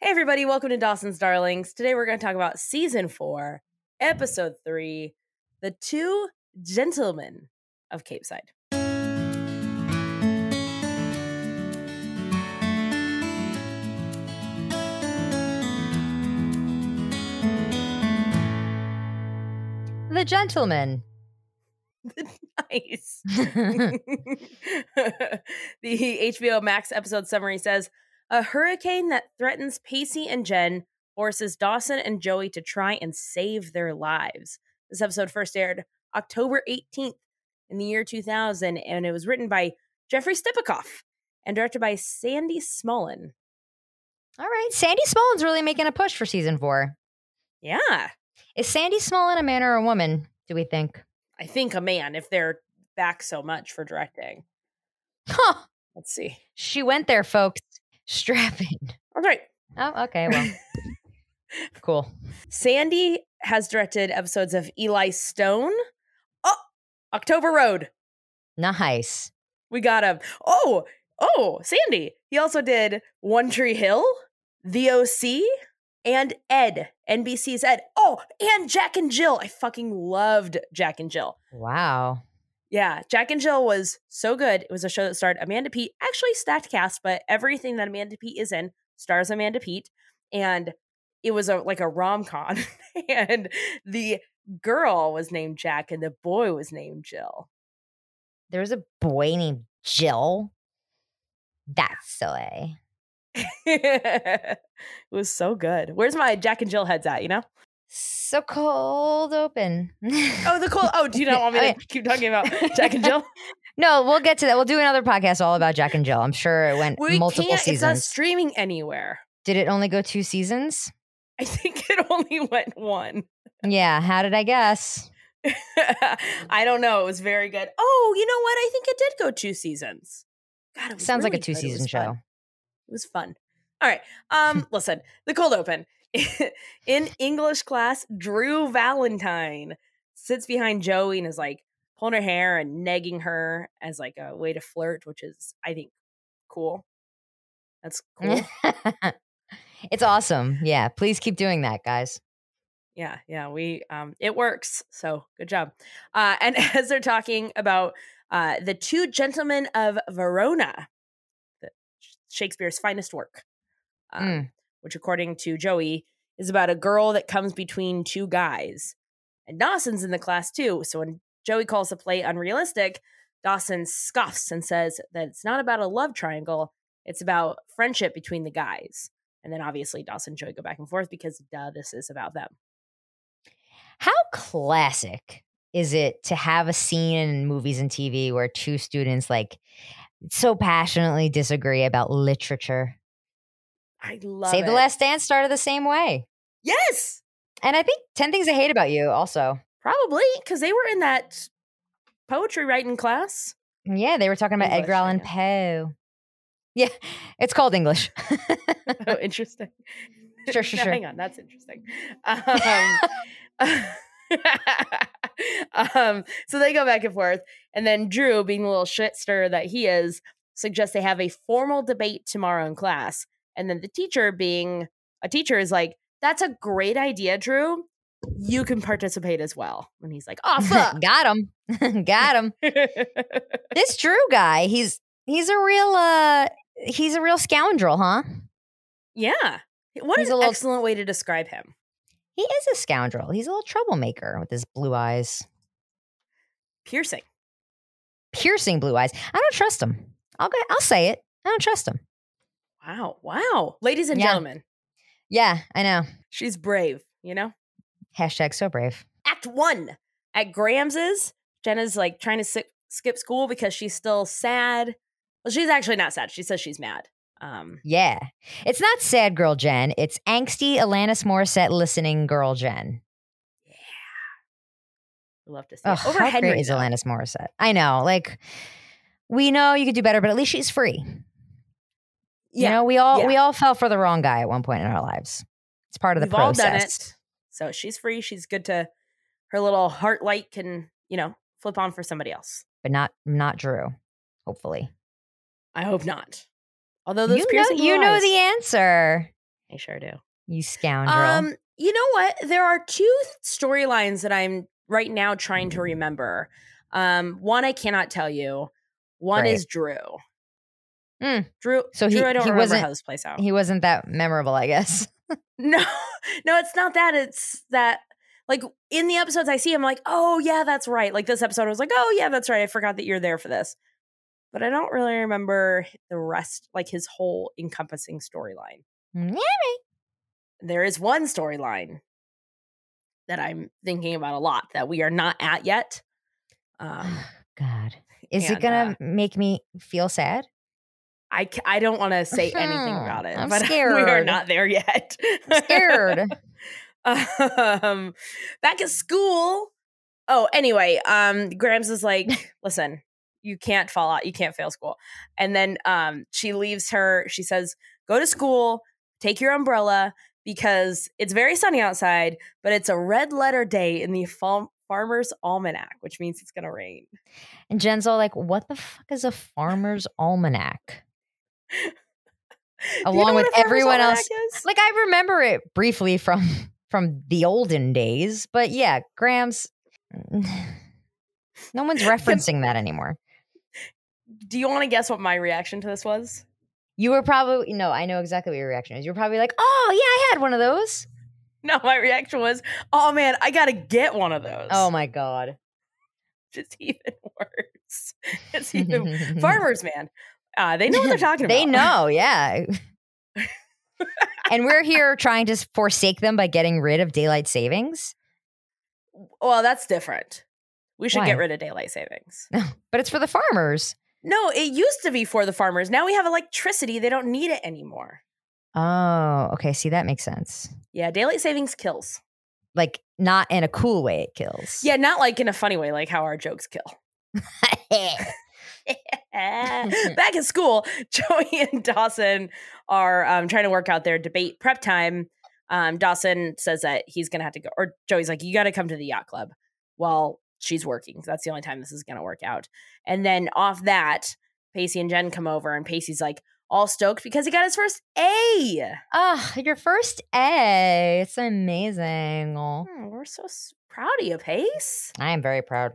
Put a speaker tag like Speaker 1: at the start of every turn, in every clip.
Speaker 1: Hey, everybody, welcome to Dawson's Darlings. Today we're going to talk about season four, episode three The Two Gentlemen of Cape Side.
Speaker 2: The gentleman.
Speaker 1: Nice. the HBO Max episode summary says A hurricane that threatens Pacey and Jen forces Dawson and Joey to try and save their lives. This episode first aired October 18th in the year 2000, and it was written by Jeffrey Stepikoff and directed by Sandy Smullen.
Speaker 2: All right. Sandy Smullen's really making a push for season four.
Speaker 1: Yeah,
Speaker 2: Is Sandy Smullen a man or a woman, do we think?
Speaker 1: I think a man if they're back so much for directing.
Speaker 2: Huh.
Speaker 1: Let's see.
Speaker 2: She went there, folks. Strap in.
Speaker 1: All right.
Speaker 2: Oh, okay. Well, cool.
Speaker 1: Sandy has directed episodes of Eli Stone. Oh, October Road.
Speaker 2: Nice.
Speaker 1: We got him. Oh, oh, Sandy. He also did One Tree Hill, The OC, and Ed, NBC's Ed. Oh, and Jack and Jill. I fucking loved Jack and Jill.
Speaker 2: Wow.
Speaker 1: Yeah, Jack and Jill was so good. It was a show that starred Amanda Pete, actually stacked cast, but everything that Amanda Pete is in stars Amanda Pete, and it was a like a rom com, and the girl was named Jack and the boy was named Jill.
Speaker 2: There was a boy named Jill. That's silly.
Speaker 1: it was so good. Where's my Jack and Jill heads at? You know?
Speaker 2: So cold open.
Speaker 1: Oh, the cool. Oh, do you not want me
Speaker 2: Okay.
Speaker 1: to keep talking about Jack and Jill?
Speaker 2: no, we'll get to that. We'll do another podcast all about Jack and Jill. I'm sure it went
Speaker 1: We
Speaker 2: multiple
Speaker 1: can't. It's not
Speaker 2: seasons.
Speaker 1: streaming anywhere.
Speaker 2: Did it only go two seasons?
Speaker 1: I think it only went one.
Speaker 2: Yeah. How did I guess?
Speaker 1: I don't know. It was very good. Oh, you know what? I think it did go two seasons. God, it was
Speaker 2: Sounds
Speaker 1: really
Speaker 2: like a
Speaker 1: good. It
Speaker 2: two
Speaker 1: was fun.
Speaker 2: season show.
Speaker 1: It was fun. All right. Um, listen, the cold open. In English class, Drew Valentine sits behind Joey and is like pulling her hair and negging her as like a way to flirt, which is I think cool. That's cool.
Speaker 2: it's awesome. Yeah. Please keep doing that, guys.
Speaker 1: yeah yeah we um it works so good job uh and as they're talking about uh the two gentlemen of verona the Sh- shakespeare's finest work um,
Speaker 2: Mm.
Speaker 1: which according to joey is about a girl that comes between two guys and dawson's in the class too so when joey calls the play unrealistic dawson scoffs and says that it's not about a love triangle it's about friendship between the guys and then obviously dawson and joey go back and forth because duh this is about them
Speaker 2: How classic is it to have a scene in movies and TV where two students like so passionately disagree about literature?
Speaker 1: I love
Speaker 2: Save
Speaker 1: it.
Speaker 2: the Last Dance started the same way.
Speaker 1: Yes,
Speaker 2: And I think 10 Things I Hate About You also.
Speaker 1: probably because they were in that poetry writing class.
Speaker 2: Yeah, they were talking about
Speaker 1: English,
Speaker 2: Edgar
Speaker 1: I
Speaker 2: Allan
Speaker 1: guess.
Speaker 2: Poe. Yeah, it's called English.
Speaker 1: Oh, interesting.
Speaker 2: Sure, sure,
Speaker 1: Now,
Speaker 2: sure.
Speaker 1: Hang on, that's interesting. Um, um, so they go back and forth, and then Drew, being the little shitster that he is, suggests they have a formal debate tomorrow in class. And then the teacher, being a teacher, is like, "That's a great idea, Drew. You can participate as well." And he's like, "Oh fuck."
Speaker 2: Got him. Got him. this Drew guy, he's he's a real uh he's a real scoundrel, huh?
Speaker 1: yeah. What
Speaker 2: He's
Speaker 1: is
Speaker 2: a
Speaker 1: an
Speaker 2: little-
Speaker 1: excellent way to describe him.
Speaker 2: He is a scoundrel. He's a little troublemaker with his blue eyes.
Speaker 1: Piercing.
Speaker 2: Piercing blue eyes. I don't trust him. I'll go, I'll say it. I don't trust him.
Speaker 1: Wow. Wow. Ladies and
Speaker 2: Yeah.
Speaker 1: gentlemen,
Speaker 2: Yeah, I know.
Speaker 1: she's brave, you know?
Speaker 2: Hashtag so brave.
Speaker 1: Act one at Grams's. Jenna's like trying to si- skip school because she's still sad. Well, she's actually not sad. She says she's mad. Um,
Speaker 2: Yeah. It's not sad girl Jen. It's angsty Alanis Morissette listening girl Jen.
Speaker 1: we love to see
Speaker 2: Ugh,
Speaker 1: it. Over
Speaker 2: how
Speaker 1: Henry.
Speaker 2: great is
Speaker 1: though.
Speaker 2: Alanis Morissette? I know. Like we know you could do better, but at least she's free.
Speaker 1: Yeah.
Speaker 2: You know, we all
Speaker 1: yeah.
Speaker 2: we all fell for the wrong guy at one point in our lives. It's part of the
Speaker 1: We've all
Speaker 2: process.
Speaker 1: done it. So she's free. She's good to her little heart light can, you know, flip on for somebody else.
Speaker 2: but not not Drew. Hopefully,
Speaker 1: I hope not. Although those
Speaker 2: you know
Speaker 1: piercing
Speaker 2: you
Speaker 1: blue
Speaker 2: know
Speaker 1: eyes-
Speaker 2: the answer.
Speaker 1: I sure do.
Speaker 2: You scoundrel.
Speaker 1: Um, you know what? There are two storylines that I'm right now trying to remember. Um, one I cannot tell you. One
Speaker 2: Right.
Speaker 1: is Drew.
Speaker 2: Hmm.
Speaker 1: Drew.
Speaker 2: So
Speaker 1: So Drew,
Speaker 2: he-
Speaker 1: I don't
Speaker 2: he
Speaker 1: remember
Speaker 2: wasn't-
Speaker 1: how this plays out.
Speaker 2: he wasn't that memorable, I guess.
Speaker 1: No, no, it's not that. It's that like in the episodes I see, I'm like, oh yeah, that's right. Like this episode, I was like, oh yeah, that's right. I forgot that you're there for this. But I don't really remember the rest, like his whole encompassing storyline.
Speaker 2: Yeah.
Speaker 1: um, There is one storyline that I'm thinking about a lot that we are not at yet. Um,
Speaker 2: God. Is
Speaker 1: and,
Speaker 2: it
Speaker 1: uh
Speaker 2: gonna make me feel sad?
Speaker 1: I c- I don't want to say anything
Speaker 2: Mhm.
Speaker 1: about it,
Speaker 2: I'm
Speaker 1: but we are
Speaker 2: scared.
Speaker 1: not there yet.
Speaker 2: Scared.
Speaker 1: um back at school oh anyway um grams is like listen you can't fall out you can't fail school and then um she leaves her she says go to school take your umbrella because it's very sunny outside but it's a red letter day in the fal- farmer's almanac which means it's gonna rain
Speaker 2: and Jen's all like, what the fuck is a farmer's almanac?
Speaker 1: Do you know what
Speaker 2: Along with
Speaker 1: a farmer's
Speaker 2: everyone
Speaker 1: almanac
Speaker 2: else.
Speaker 1: is?
Speaker 2: Like I remember it briefly from from the olden days, but yeah, Graham's no one's referencing that anymore.
Speaker 1: do you want to guess what my reaction to this was
Speaker 2: You were probably no, I know exactly what your reaction is. You're probably like, oh yeah, I had one of those.
Speaker 1: no my reaction was oh man i gotta get one of those
Speaker 2: Oh my god.
Speaker 1: just even worse. It's even farmers, man. Uh, they know what they're talking
Speaker 2: Mm-hmm, They
Speaker 1: about.
Speaker 2: know, yeah. and we're here trying to forsake them by getting rid of daylight savings,
Speaker 1: Well, that's different. We should get
Speaker 2: Why?
Speaker 1: rid of daylight savings.
Speaker 2: but it's for the farmers.
Speaker 1: No, it used to be for the farmers. Now we have electricity. They don't need it anymore.
Speaker 2: Oh, okay. See, that makes sense.
Speaker 1: Yeah, daylight savings kills.
Speaker 2: Like, not in a cool way, it kills.
Speaker 1: Yeah, not like in a funny way, like how our jokes kill. Eh, Back at school, Joey and Dawson are um, trying to work out their debate prep time. Um, Dawson says that he's going to have to go, or Joey's like, you got to come to the yacht club while she's working. 'cause That's the only time this is going to work out. And then off that, Pacey and Jen come over, and Pacey's like, all stoked because he got his first A.
Speaker 2: oh, your first A. It's amazing. Oh,
Speaker 1: Hmm, we're so s- proud of you, Pace.
Speaker 2: I am very proud.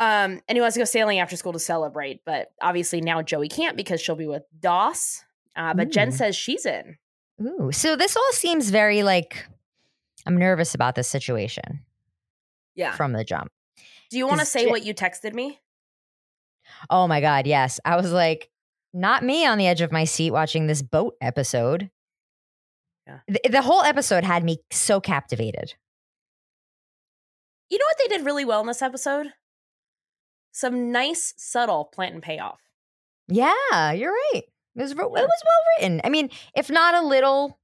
Speaker 1: Um, and he wants to go sailing after school to celebrate, but obviously now Joey can't because she'll be with Doss. Uh, but Jen
Speaker 2: Mm.
Speaker 1: says she's in.
Speaker 2: Ooh. So, this all seems very like I'm nervous about this situation
Speaker 1: Yeah.
Speaker 2: from the jump.
Speaker 1: Do you want to
Speaker 2: 'Cause
Speaker 1: say
Speaker 2: Jen-
Speaker 1: what you texted me?
Speaker 2: Oh my God, yes. I was like, not me on the edge of my seat watching this boat episode.
Speaker 1: Yeah.
Speaker 2: The, the whole episode had me so captivated.
Speaker 1: You know what they did really well in this episode? Some nice, subtle plant and payoff.
Speaker 2: Yeah, you're right. It was, ro- it was well written. I mean, if not a little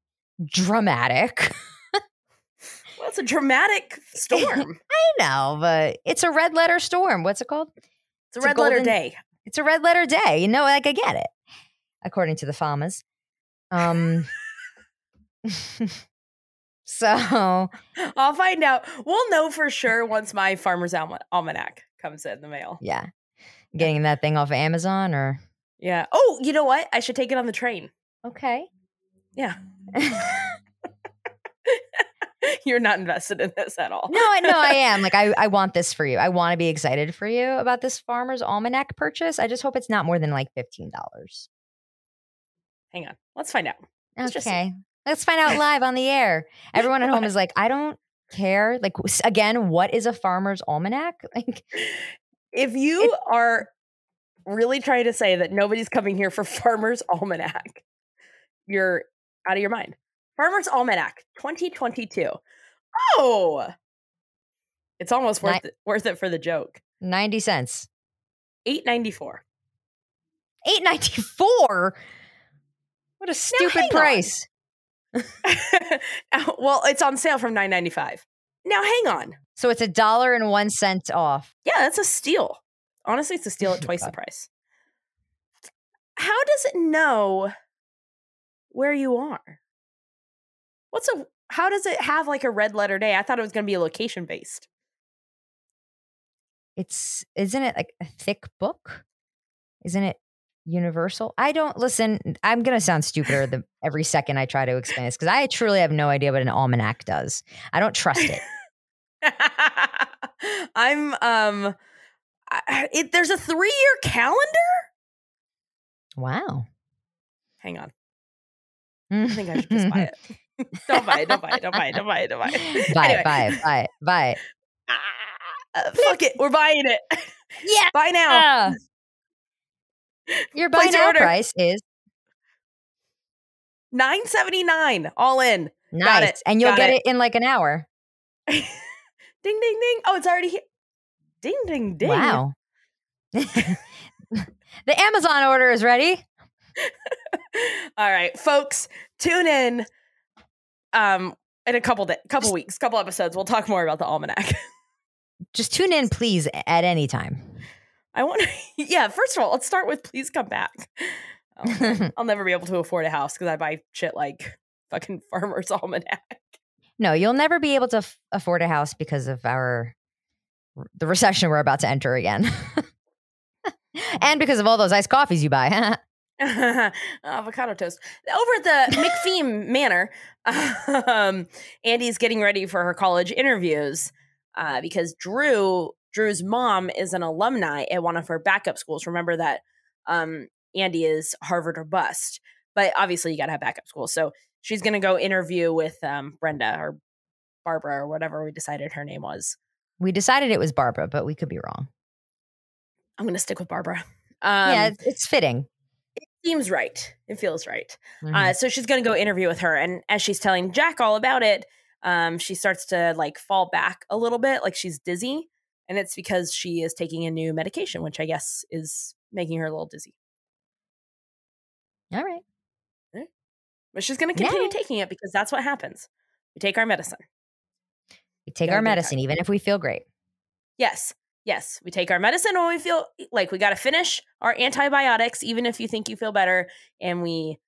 Speaker 2: dramatic,
Speaker 1: Well, it's a dramatic storm.
Speaker 2: I know, but it's a red letter storm. What's it called?
Speaker 1: It's a
Speaker 2: It's a
Speaker 1: red letter
Speaker 2: golden-
Speaker 1: day.
Speaker 2: It's a red letter day. You know, like I get it, according to the farmers. Um, so
Speaker 1: I'll find out. We'll know for sure once my farmer's alma- almanac comes in the mail.
Speaker 2: yeah, getting that thing off of Amazon or
Speaker 1: Yeah. Oh, you know what? I should take it on the train.
Speaker 2: okay.
Speaker 1: Yeah.
Speaker 2: no,
Speaker 1: You're not invested in this at all.
Speaker 2: I- no, I am. Like, I, I want this for you. I want to be excited for you about this farmer's almanac purchase. I just hope it's not more than like $15.
Speaker 1: Hang on. Let's find out. Let's just see.
Speaker 2: okay. Let's find out live on the air. Everyone at home is like, I don't care. Like, s- again, what is a farmer's almanac? Like,
Speaker 1: If you are really trying to say that nobody's coming here for Farmer's Almanac, you're out of your mind. Farmer's Almanac 2022. Oh, it's almost worth it, worth it for the joke.
Speaker 2: 90 cents.
Speaker 1: 894.
Speaker 2: 894 What a stupid
Speaker 1: hang on.
Speaker 2: price.
Speaker 1: well, it's on sale from 995. Now hang on.
Speaker 2: So it's a dollar and one cent off.
Speaker 1: Yeah, that's a steal. Honestly, it's a steal at twice the price. How does it know where you are? What's a how does it have like a red letter day? I thought it was going to be location based.
Speaker 2: It's, isn't it like a thick book? Isn't it Universal. I don't listen. I'm gonna sound stupider the, every second I try to explain this because I truly have no idea what an almanac does. I don't trust it.
Speaker 1: I'm um I- it, there's a 3-year calendar?
Speaker 2: Wow. Mm.
Speaker 1: Hang on. I think I should just buy it. don't buy it. Don't buy it. Don't buy it. Don't buy it. Don't buy it.
Speaker 2: Buy
Speaker 1: Anyway.
Speaker 2: it. Buy it. Buy it. Buy it.
Speaker 1: Ah, uh, fuck it. We're buying it.
Speaker 2: Yeah.
Speaker 1: Buy
Speaker 2: Uh.
Speaker 1: now.
Speaker 2: Your buy
Speaker 1: Place your
Speaker 2: now
Speaker 1: order.
Speaker 2: price is
Speaker 1: 979 all in. Got
Speaker 2: nice,
Speaker 1: it.
Speaker 2: and you'll
Speaker 1: Got
Speaker 2: get
Speaker 1: it.
Speaker 2: it. in like an hour.
Speaker 1: ding ding ding. Oh, it's already here. Ding ding ding.
Speaker 2: Wow. the Amazon order is ready.
Speaker 1: All right, folks, tune in um in a couple da couple weeks, couple episodes. We'll talk more about the almanac.
Speaker 2: Just tune in, please, at any time.
Speaker 1: I want to Yeah, first of all, let's start with please come back. Oh, man. I'll never be able to afford a house cuz I buy shit like fucking farmer's almanac.
Speaker 2: no, you'll never be able to f- afford a house because of our the recession we're about to enter again, and because of all those iced coffees you buy.
Speaker 1: avocado toast over at the McPhee Manor. Um, Andy's getting ready for her college interviews uh, because Drew Drew's mom is an alumni at one of her backup schools. Remember that um, Andy is Harvard or bust, but obviously you got to have backup schools. So she's going to go interview with um, Brenda or Barbara or whatever we decided her name was.
Speaker 2: we decided it was Barbara, but we could be wrong.
Speaker 1: I'm going to stick with Barbara. Um,
Speaker 2: yeah, it's, it's fitting.
Speaker 1: seems right. It feels right.
Speaker 2: Mhm.
Speaker 1: Uh, so she's going to go interview with her, and as she's telling Jack all about it, um, she starts to like fall back a little bit, like she's dizzy, and it's because she is taking a new medication, which I guess is making her a little dizzy.
Speaker 2: Mm-hmm. all right.
Speaker 1: But she's going to continue
Speaker 2: Yeah.
Speaker 1: taking it because that's what happens. We take our medicine.
Speaker 2: We take
Speaker 1: Gotta
Speaker 2: our
Speaker 1: be tight.
Speaker 2: medicine, even if we feel great.
Speaker 1: Yes, yes, we take our medicine when we feel e, like we got to finish our antibiotics, even if you think you feel better, and we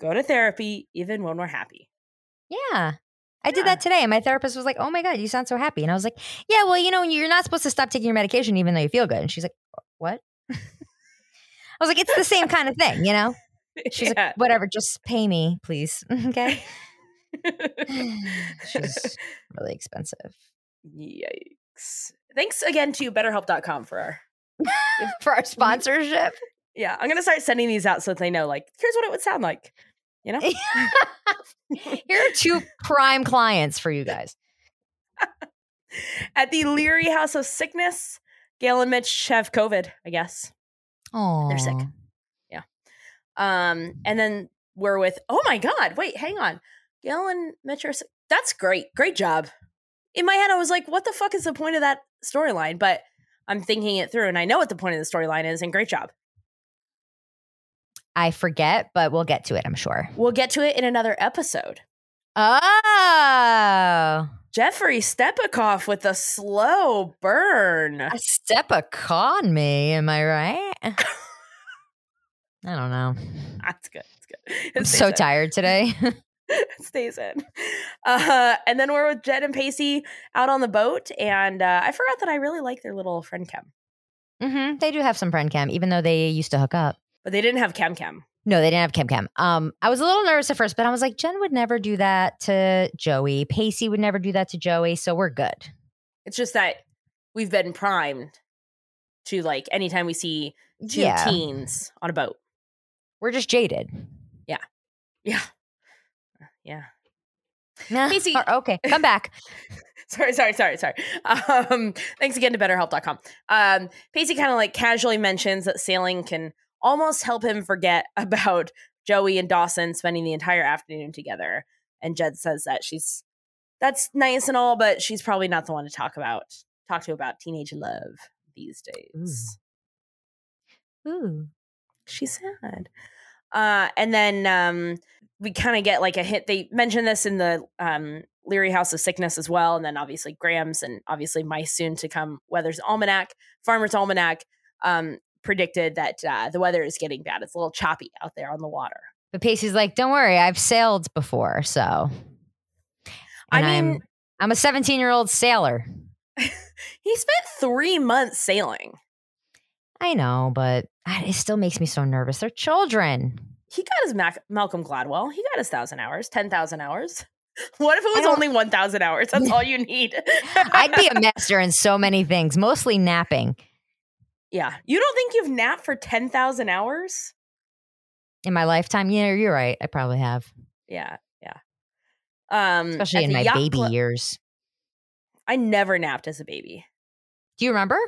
Speaker 1: go to therapy even when we're happy.
Speaker 2: Yeah. I did
Speaker 1: Yeah.
Speaker 2: that today. And my therapist was like, Oh my God, you sound so happy. And I was like, Yeah, well, you know, you're not supposed to stop taking your medication even though you feel good. And she's like, What? I was like, It's the same kind of thing, you know? She's
Speaker 1: Yeah.
Speaker 2: like, Whatever, just pay me, please. okay. she's really expensive
Speaker 1: Yikes. Thanks again to betterhelp.com for our.
Speaker 2: for our sponsorship.
Speaker 1: Yeah, I'm going to start sending these out so that they know, like, here's what it would sound like. You know?
Speaker 2: Here are two prime clients for you guys.
Speaker 1: At the Leary House of Sickness, Gail and Mitch have COVID, I guess.
Speaker 2: Oh,
Speaker 1: sick. Um, and then we're with, oh my God, wait, hang on. Gail and Mitch are sick. That's great. Great job. In my head, I was like, what the fuck is the point of that storyline? But I'm thinking it through and I know what the point of the storyline is, and great job.
Speaker 2: I forget, but we'll get to it, I'm sure.
Speaker 1: We'll get to it in another episode.
Speaker 2: Oh,
Speaker 1: Jeffrey Stepikoff with a slow burn.
Speaker 2: a step a con me, am I right? I don't know.
Speaker 1: That's good. That's good. It
Speaker 2: I'm
Speaker 1: stays
Speaker 2: so
Speaker 1: in.
Speaker 2: tired today.
Speaker 1: It stays in. Uh, and then we're with Jed and Pacey out on the boat. And uh, I forgot that I really like their little friend chem,
Speaker 2: hmm They do have some friend cam, even though they used to hook up.
Speaker 1: but they didn't have chem chem.
Speaker 2: No, they didn't have Kim Kim. Um, I was a little nervous at first, but I was like, Jen would never do that to Joey. Pacey would never do that to Joey, so we're good.
Speaker 1: It's just that we've been primed to like anytime we see two
Speaker 2: yeah,
Speaker 1: teens on a boat.
Speaker 2: we're just jaded.
Speaker 1: Yeah. Yeah.
Speaker 2: Nah,
Speaker 1: Pacey-
Speaker 2: or- okay, come back.
Speaker 1: sorry, sorry, sorry, sorry. Um, thanks again to betterhelp.com. Um, Pacey kind of like casually mentions that sailing can almost help him forget about Joey and Dawson spending the entire afternoon together. And Jed says that she's that's nice and all, but she's probably not the one to talk about talk to about teenage love these days.
Speaker 2: Ooh.
Speaker 1: She's sad. Uh, and then um, we kind of get like a hit. They mention this in the um, Leary House of Sickness as well. And then obviously Graham's and obviously my soon to come Weather's Almanac, Farmer's Almanac um, predicted that uh, the weather is getting bad. It's a little choppy out there on the water.
Speaker 2: But Pacey's like, don't worry, I've sailed before, so.
Speaker 1: I
Speaker 2: And I'm-
Speaker 1: mean-
Speaker 2: I'm a 17 year old sailor.
Speaker 1: He spent three months sailing.
Speaker 2: I know, but God, it still makes me so nervous. They're children.
Speaker 1: He got his Mac- Malcolm Gladwell. He got his thousand hours, ten thousand hours. What if it was
Speaker 2: don't-
Speaker 1: only one thousand hours? That's all you need.
Speaker 2: I'd be a master in so many things, mostly napping.
Speaker 1: yeah. You don't think you've napped for ten thousand hours?
Speaker 2: In my lifetime, yeah, you're right. I probably have,
Speaker 1: Yeah, yeah. Um,
Speaker 2: especially
Speaker 1: at
Speaker 2: in
Speaker 1: the
Speaker 2: my
Speaker 1: yacht
Speaker 2: baby
Speaker 1: club-
Speaker 2: years.
Speaker 1: I never napped as a baby.
Speaker 2: Do you remember?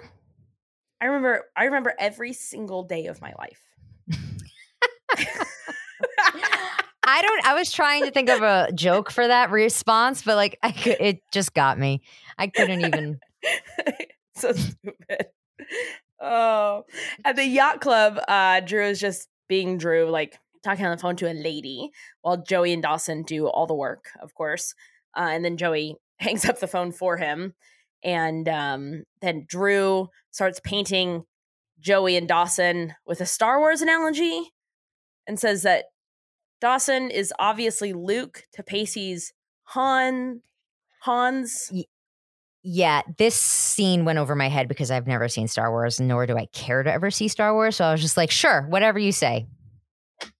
Speaker 1: I remember. I remember every single day of my life.
Speaker 2: I don't. I was trying to think of a joke for that response, but like, I could, it just got me. I couldn't even.
Speaker 1: so stupid. Oh, at the yacht club, uh, Drew is just being Drew, like talking on the phone to a lady, while Joey and Dawson do all the work, of course. Uh, and then Joey hangs up the phone for him, and um, then Drew starts painting Joey and Dawson with a Star Wars analogy, and says that Dawson is obviously Luke to Pacey's Han. Hans
Speaker 2: Yeah, this scene went over my head because I've never seen Star Wars, nor do I care to ever see Star Wars. So I was just like, sure, whatever you say.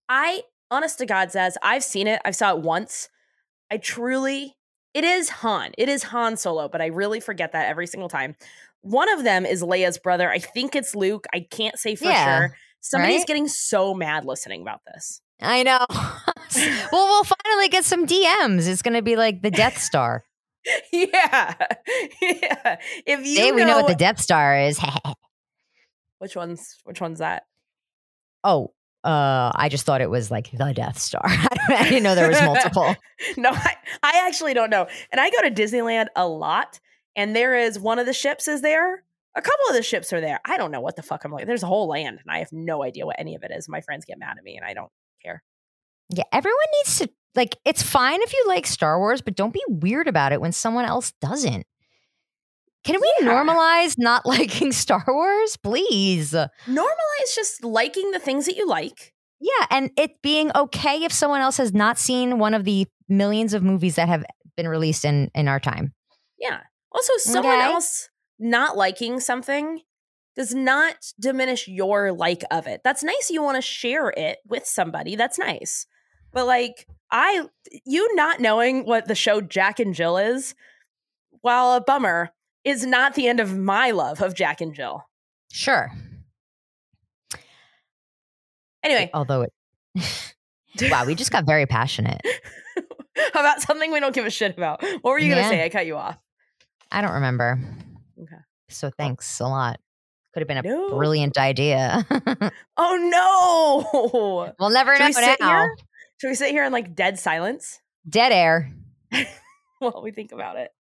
Speaker 1: I, honest to God, says I've seen it. I saw it once. I truly, it is Han. It is Han Solo, but I really forget that every single time. One of them is Leia's brother. I think it's Luke. I can't say for
Speaker 2: Yeah,
Speaker 1: sure. Somebody's
Speaker 2: right?
Speaker 1: getting so mad listening about this.
Speaker 2: I know. well, we'll finally get some DMs. It's going to be like the Death Star.
Speaker 1: yeah. yeah. If you
Speaker 2: Today
Speaker 1: know,
Speaker 2: we know what the Death Star is.
Speaker 1: which one's which one's that?
Speaker 2: oh, uh, I just thought it was like the Death Star. I didn't know there was multiple.
Speaker 1: No, I, I actually don't know. And I go to Disneyland a lot, and there is one of the ships is there. A couple of the ships are there. I don't know what the fuck I'm like. There's a whole land, and I have no idea what any of it is. My friends get mad at me, and I don't.
Speaker 2: Yeah, everyone needs to like it's fine if you like Star Wars, but don't be weird about it when someone else doesn't. Can we
Speaker 1: Yeah.
Speaker 2: normalize not liking Star Wars, please?
Speaker 1: Normalize just liking the things that you like.
Speaker 2: Yeah, and it being okay if someone else has not seen one of the millions of movies that have been released in in our time.
Speaker 1: Yeah. Also, someone
Speaker 2: Okay.
Speaker 1: else not liking something does not diminish your like of it. That's nice. You want to share it with somebody. That's nice. But like, I, you not knowing what the show Jack and Jill is, while a bummer, is not the end of my love of Jack and Jill.
Speaker 2: Sure.
Speaker 1: Anyway,
Speaker 2: Although it Wow, we just got very passionate.
Speaker 1: about something we don't give a shit about. What were you going
Speaker 2: Yeah.
Speaker 1: to say? I cut you off.
Speaker 2: I don't remember.
Speaker 1: Okay.
Speaker 2: So thanks a lot. Could have been a
Speaker 1: No.
Speaker 2: brilliant idea.
Speaker 1: Oh no.
Speaker 2: we'll never
Speaker 1: Should we
Speaker 2: know
Speaker 1: sit
Speaker 2: now.
Speaker 1: here? Should we sit here in like dead silence
Speaker 2: Dead air.
Speaker 1: while we think about it?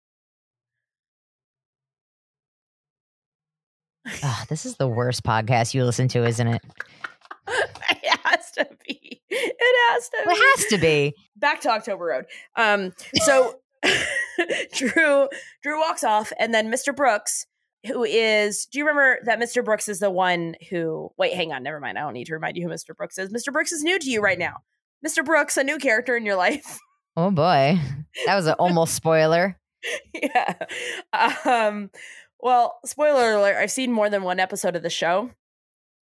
Speaker 2: Ugh, this is the worst podcast you listen to, isn't it?
Speaker 1: it has to be. It has to be.
Speaker 2: It has to be.
Speaker 1: Back to October Road. Um, so Drew Drew walks off, and then Mr. Brooks, who is, do you remember that Mr. Brooks is the one who? Wait, hang on, never mind. I don't need to remind you who Mr. Brooks is. Mr. Brooks is new to you right now. Mr. Brooks, a new character in your life.
Speaker 2: Oh boy, that was an almost spoiler.
Speaker 1: yeah. Um, well, spoiler alert, I've seen more than one episode of the show.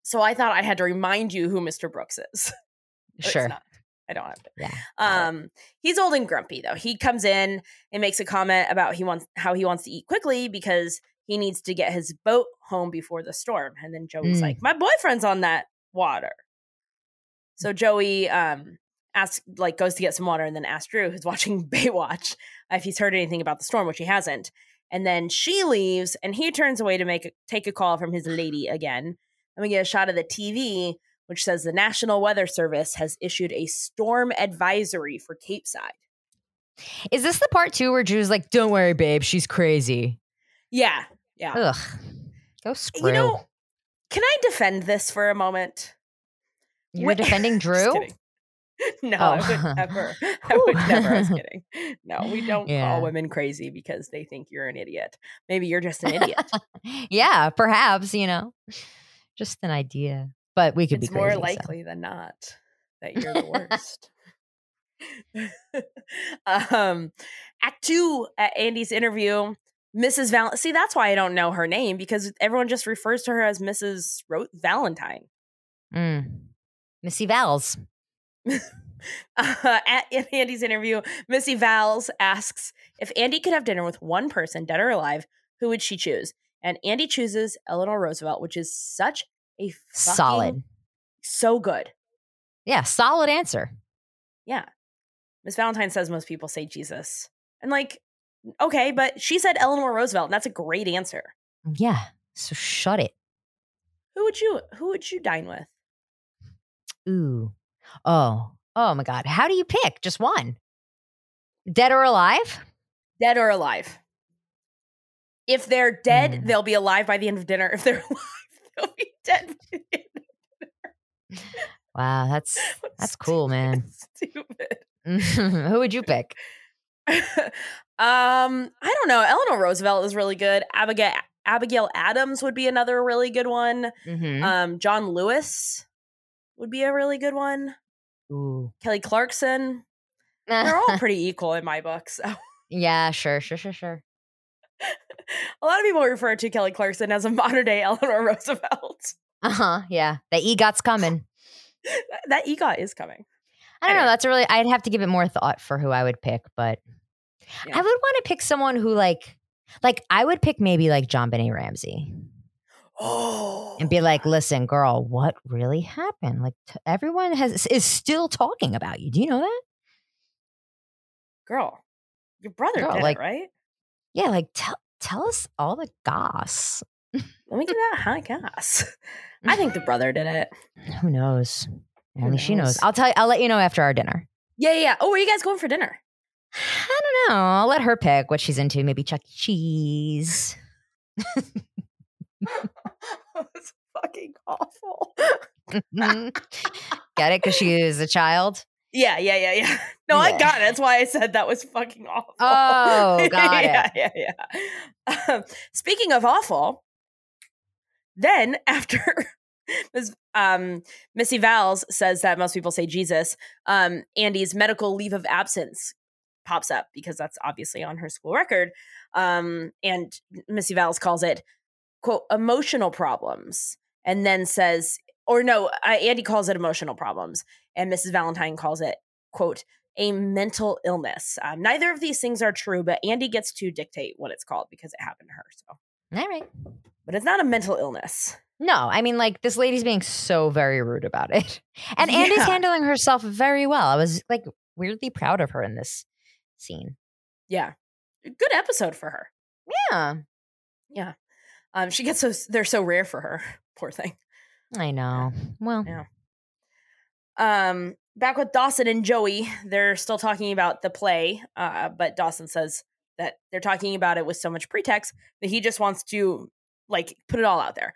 Speaker 1: So I thought I had to remind you who Mr. Brooks is. But it's
Speaker 2: Sure.
Speaker 1: not. I don't have to.
Speaker 2: Yeah, got it.
Speaker 1: Um, he's old and grumpy though. He comes in and makes a comment about he wants how he wants to eat quickly because he needs to get his boat home before the storm. And then Joey's
Speaker 2: Mm.
Speaker 1: like, "My boyfriend's on that water." So Joey um asks like goes to get some water and then asks Drew, who's watching Baywatch, if he's heard anything about the storm, which he hasn't. And then she leaves, and he turns away to make a, take a call from his lady again. And we get a shot of the TV, which says the National Weather Service has issued a storm advisory for Cape Side.
Speaker 2: Is this the part two where Drew's like, "Don't worry, babe, she's crazy."
Speaker 1: Yeah, yeah.
Speaker 2: Ugh, go screw.
Speaker 1: You know, can I defend this for a moment?
Speaker 2: you're
Speaker 1: what-
Speaker 2: defending
Speaker 1: Just
Speaker 2: Drew.
Speaker 1: kidding. No,
Speaker 2: Oh.
Speaker 1: I would never. I would
Speaker 2: Whew.
Speaker 1: never. I was kidding. No, we don't
Speaker 2: Yeah.
Speaker 1: call women crazy because they think you're an idiot. Maybe you're just an idiot.
Speaker 2: yeah, perhaps you know, just an idea. But we could
Speaker 1: it's
Speaker 2: be
Speaker 1: more
Speaker 2: crazy, so.
Speaker 1: likely than not that you're the worst. um, act two at Andy's interview, Mrs. Val. See, that's why I don't know her name because everyone just refers to her as Mrs. Ro- Valentine.
Speaker 2: Mm. Missy Valls.
Speaker 1: Uh, at in Andy's interview, Missy Valls asks if Andy could have dinner with one person, dead or alive, who would she choose? And Andy chooses Eleanor Roosevelt, which is such a fucking-
Speaker 2: Solid.
Speaker 1: so good.
Speaker 2: Yeah, solid answer.
Speaker 1: Yeah. Miss Valentine says most people say Jesus. And like, okay, but she said Eleanor Roosevelt, and that's a great answer.
Speaker 2: Yeah. So shut it.
Speaker 1: Who would you who would you dine with?
Speaker 2: Ooh. Oh. Oh my God. How do you pick? Just one. Dead or alive?
Speaker 1: Dead or alive? If they're dead,
Speaker 2: Hmm.
Speaker 1: they'll be alive by the end of dinner. If they're alive, they'll be dead. by the end of
Speaker 2: Wow, that's
Speaker 1: dinner.
Speaker 2: that's cool, man.
Speaker 1: Stupid.
Speaker 2: Who would you pick?
Speaker 1: um, I don't know. Eleanor Roosevelt is really good. Abigail Abigail Adams would be another really good one.
Speaker 2: Mm-hmm.
Speaker 1: Um, John Lewis would be a really good one.
Speaker 2: Ooh.
Speaker 1: Kelly Clarkson. They're all pretty equal in my book. So a
Speaker 2: yeah, sure, sure, sure, sure.
Speaker 1: lot of people refer to Kelly Clarkson as a modern day Eleanor Roosevelt.
Speaker 2: Uh huh. Yeah, the egot's coming.
Speaker 1: that EGOT is coming.
Speaker 2: I don't know.
Speaker 1: Anyway.
Speaker 2: That's a really. I'd have to give it more thought for who I would pick, but
Speaker 1: Yeah.
Speaker 2: I would want to pick someone who like, like I would pick maybe like John Benet Ramsey
Speaker 1: Oh,
Speaker 2: and be like, listen, girl, what really happened? Like t- everyone has is still talking about you. Do you know that?
Speaker 1: girl, your brother
Speaker 2: Girl,
Speaker 1: did
Speaker 2: like-
Speaker 1: it right.
Speaker 2: Yeah, like tell tell us all the goss.
Speaker 1: Let me get that hot gas. I think the brother did it.
Speaker 2: Who knows?
Speaker 1: Who
Speaker 2: Only she knows.
Speaker 1: knows?
Speaker 2: I'll tell. You, I'll let you know after our dinner.
Speaker 1: Yeah, yeah. yeah. Oh, where are you guys going for dinner?
Speaker 2: I don't know. I'll let her pick what she's into. Maybe Chuck E. Cheese.
Speaker 1: That's fucking awful.
Speaker 2: Get it? Because she is a child.
Speaker 1: Yeah, yeah, yeah, yeah. No, I
Speaker 2: Yeah.
Speaker 1: got it. That's why I said that was fucking awful.
Speaker 2: Oh, got
Speaker 1: yeah, it. Yeah, yeah, Um, speaking of awful, then after Ms. Um, Missy Valls says that most people say Jesus, um, Andy's medical leave of absence pops up because that's obviously on her school record. Um, and Missy Valls calls it, quote, emotional problems, and then says, or no, uh, Andy calls it emotional problems, and Mrs. Valentine calls it, quote, a mental illness. Um, neither of these things are true, but Andy gets to dictate what it's called because it happened to her. So,
Speaker 2: All right.
Speaker 1: but it's not a mental illness.
Speaker 2: No, I mean, like, this lady's being so very rude about it. And Andy's
Speaker 1: Yeah.
Speaker 2: handling herself very well. I was, like, weirdly proud of her in this scene.
Speaker 1: Yeah, good episode for her.
Speaker 2: Yeah.
Speaker 1: Yeah, um, she gets so they're so rare for her. Poor thing.
Speaker 2: I know. Well,
Speaker 1: Yeah. Um, back with Dawson and Joey, they're still talking about the play, uh, but Dawson says that they're talking about it with so much pretext that he just wants to like put it all out there.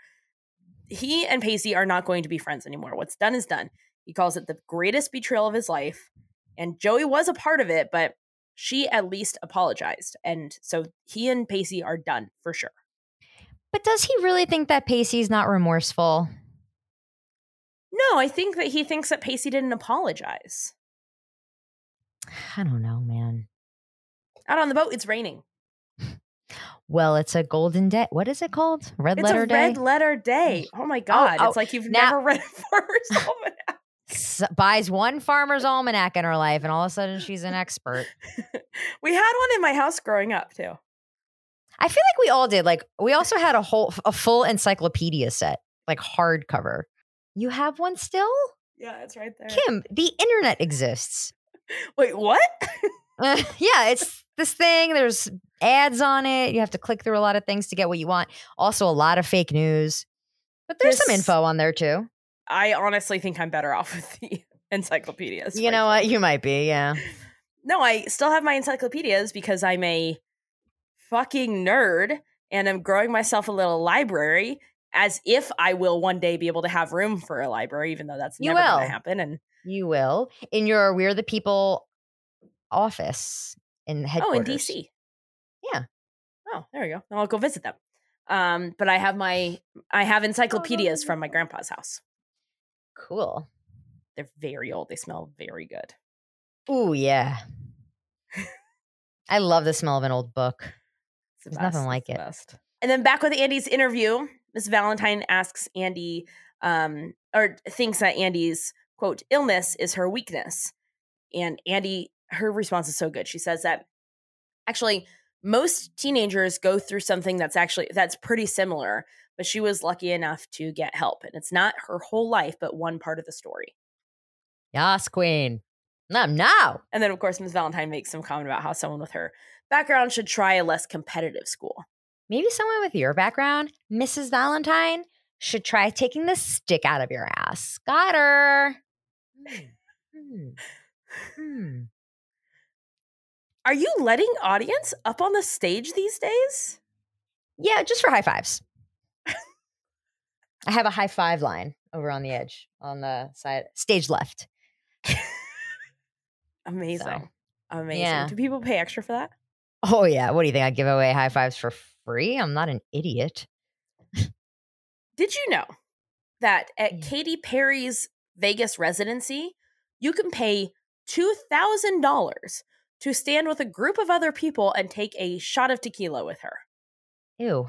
Speaker 1: He and Pacey are not going to be friends anymore. What's done is done. He calls it the greatest betrayal of his life, and Joey was a part of it, but she at least apologized, and so he and Pacey are done for sure.
Speaker 2: but does he really think that Pacey's not remorseful?
Speaker 1: No, I think that he thinks that Pacey didn't apologize.
Speaker 2: I don't know, man.
Speaker 1: Out on the boat, it's raining.
Speaker 2: Well, it's a golden day. What is it called? Red
Speaker 1: It's
Speaker 2: letter
Speaker 1: a
Speaker 2: day?
Speaker 1: red letter day. Oh my god!
Speaker 2: oh,
Speaker 1: it's like you've
Speaker 2: now-
Speaker 1: never read a farmer's almanac.
Speaker 2: S- buys one farmer's almanac in her life, and all of a sudden she's an expert.
Speaker 1: We had one in my house growing up too.
Speaker 2: I feel like we all did. Like we also had a whole a full encyclopedia set, like hardcover. You have one still?
Speaker 1: Yeah, it's right there.
Speaker 2: Kim, the internet exists.
Speaker 1: Wait, what?
Speaker 2: Uh, yeah, it's this thing. There's ads on it. You have to click through a lot of things to get what you want. Also a lot of fake news. But there's some
Speaker 1: This-
Speaker 2: info on there too.
Speaker 1: I honestly think I'm better off with the encyclopedias.
Speaker 2: You know what? You might be, yeah.
Speaker 1: No, I still have my encyclopedias because I'm a fucking nerd and I'm growing myself a little library. As if I will one day be able to have room for a library, even though that's
Speaker 2: You
Speaker 1: never going
Speaker 2: will.
Speaker 1: to happen. And
Speaker 2: You will. In your We're the People office in
Speaker 1: oh,
Speaker 2: headquarters.
Speaker 1: in DC.
Speaker 2: Yeah.
Speaker 1: Oh, there we go. I'll go visit them. Um, but I have my I have encyclopedias from my grandpa's house.
Speaker 2: Cool.
Speaker 1: They're very old. They smell very good.
Speaker 2: Ooh, yeah. I love the smell of an old book.
Speaker 1: It's the
Speaker 2: There's nothing
Speaker 1: best.
Speaker 2: like
Speaker 1: It's the
Speaker 2: it.
Speaker 1: best. And then back with Andy's interview, Miss Valentine asks Andy, um, or thinks that Andy's quote illness is her weakness, and Andy, her response is so good. She says that actually most teenagers go through something that's actually that's pretty similar, but she was lucky enough to get help, and it's not her whole life, but one part of the story.
Speaker 2: Yes, queen. No, no.
Speaker 1: And then, of course, Miss Valentine makes some comment about how someone with her background should try a less competitive school.
Speaker 2: Maybe someone with your background, Mrs. Valentine, should try taking the stick out of your ass. Got her. Hmm. Hmm.
Speaker 1: Are you letting audience up on the stage these days?
Speaker 2: Yeah, just for high fives. I have a high five line over on the edge, on the side, stage left.
Speaker 1: Amazing.
Speaker 2: So,
Speaker 1: Amazing.
Speaker 2: yeah.
Speaker 1: Do people pay extra for that?
Speaker 2: Oh, yeah. What do you think? I give away high fives for free? I'm not an idiot.
Speaker 1: Did you know that at
Speaker 2: Yeah.
Speaker 1: Katy Perry's Vegas residency, you can pay $2,000 to stand with a group of other people and take a shot of tequila with her?
Speaker 2: Ew.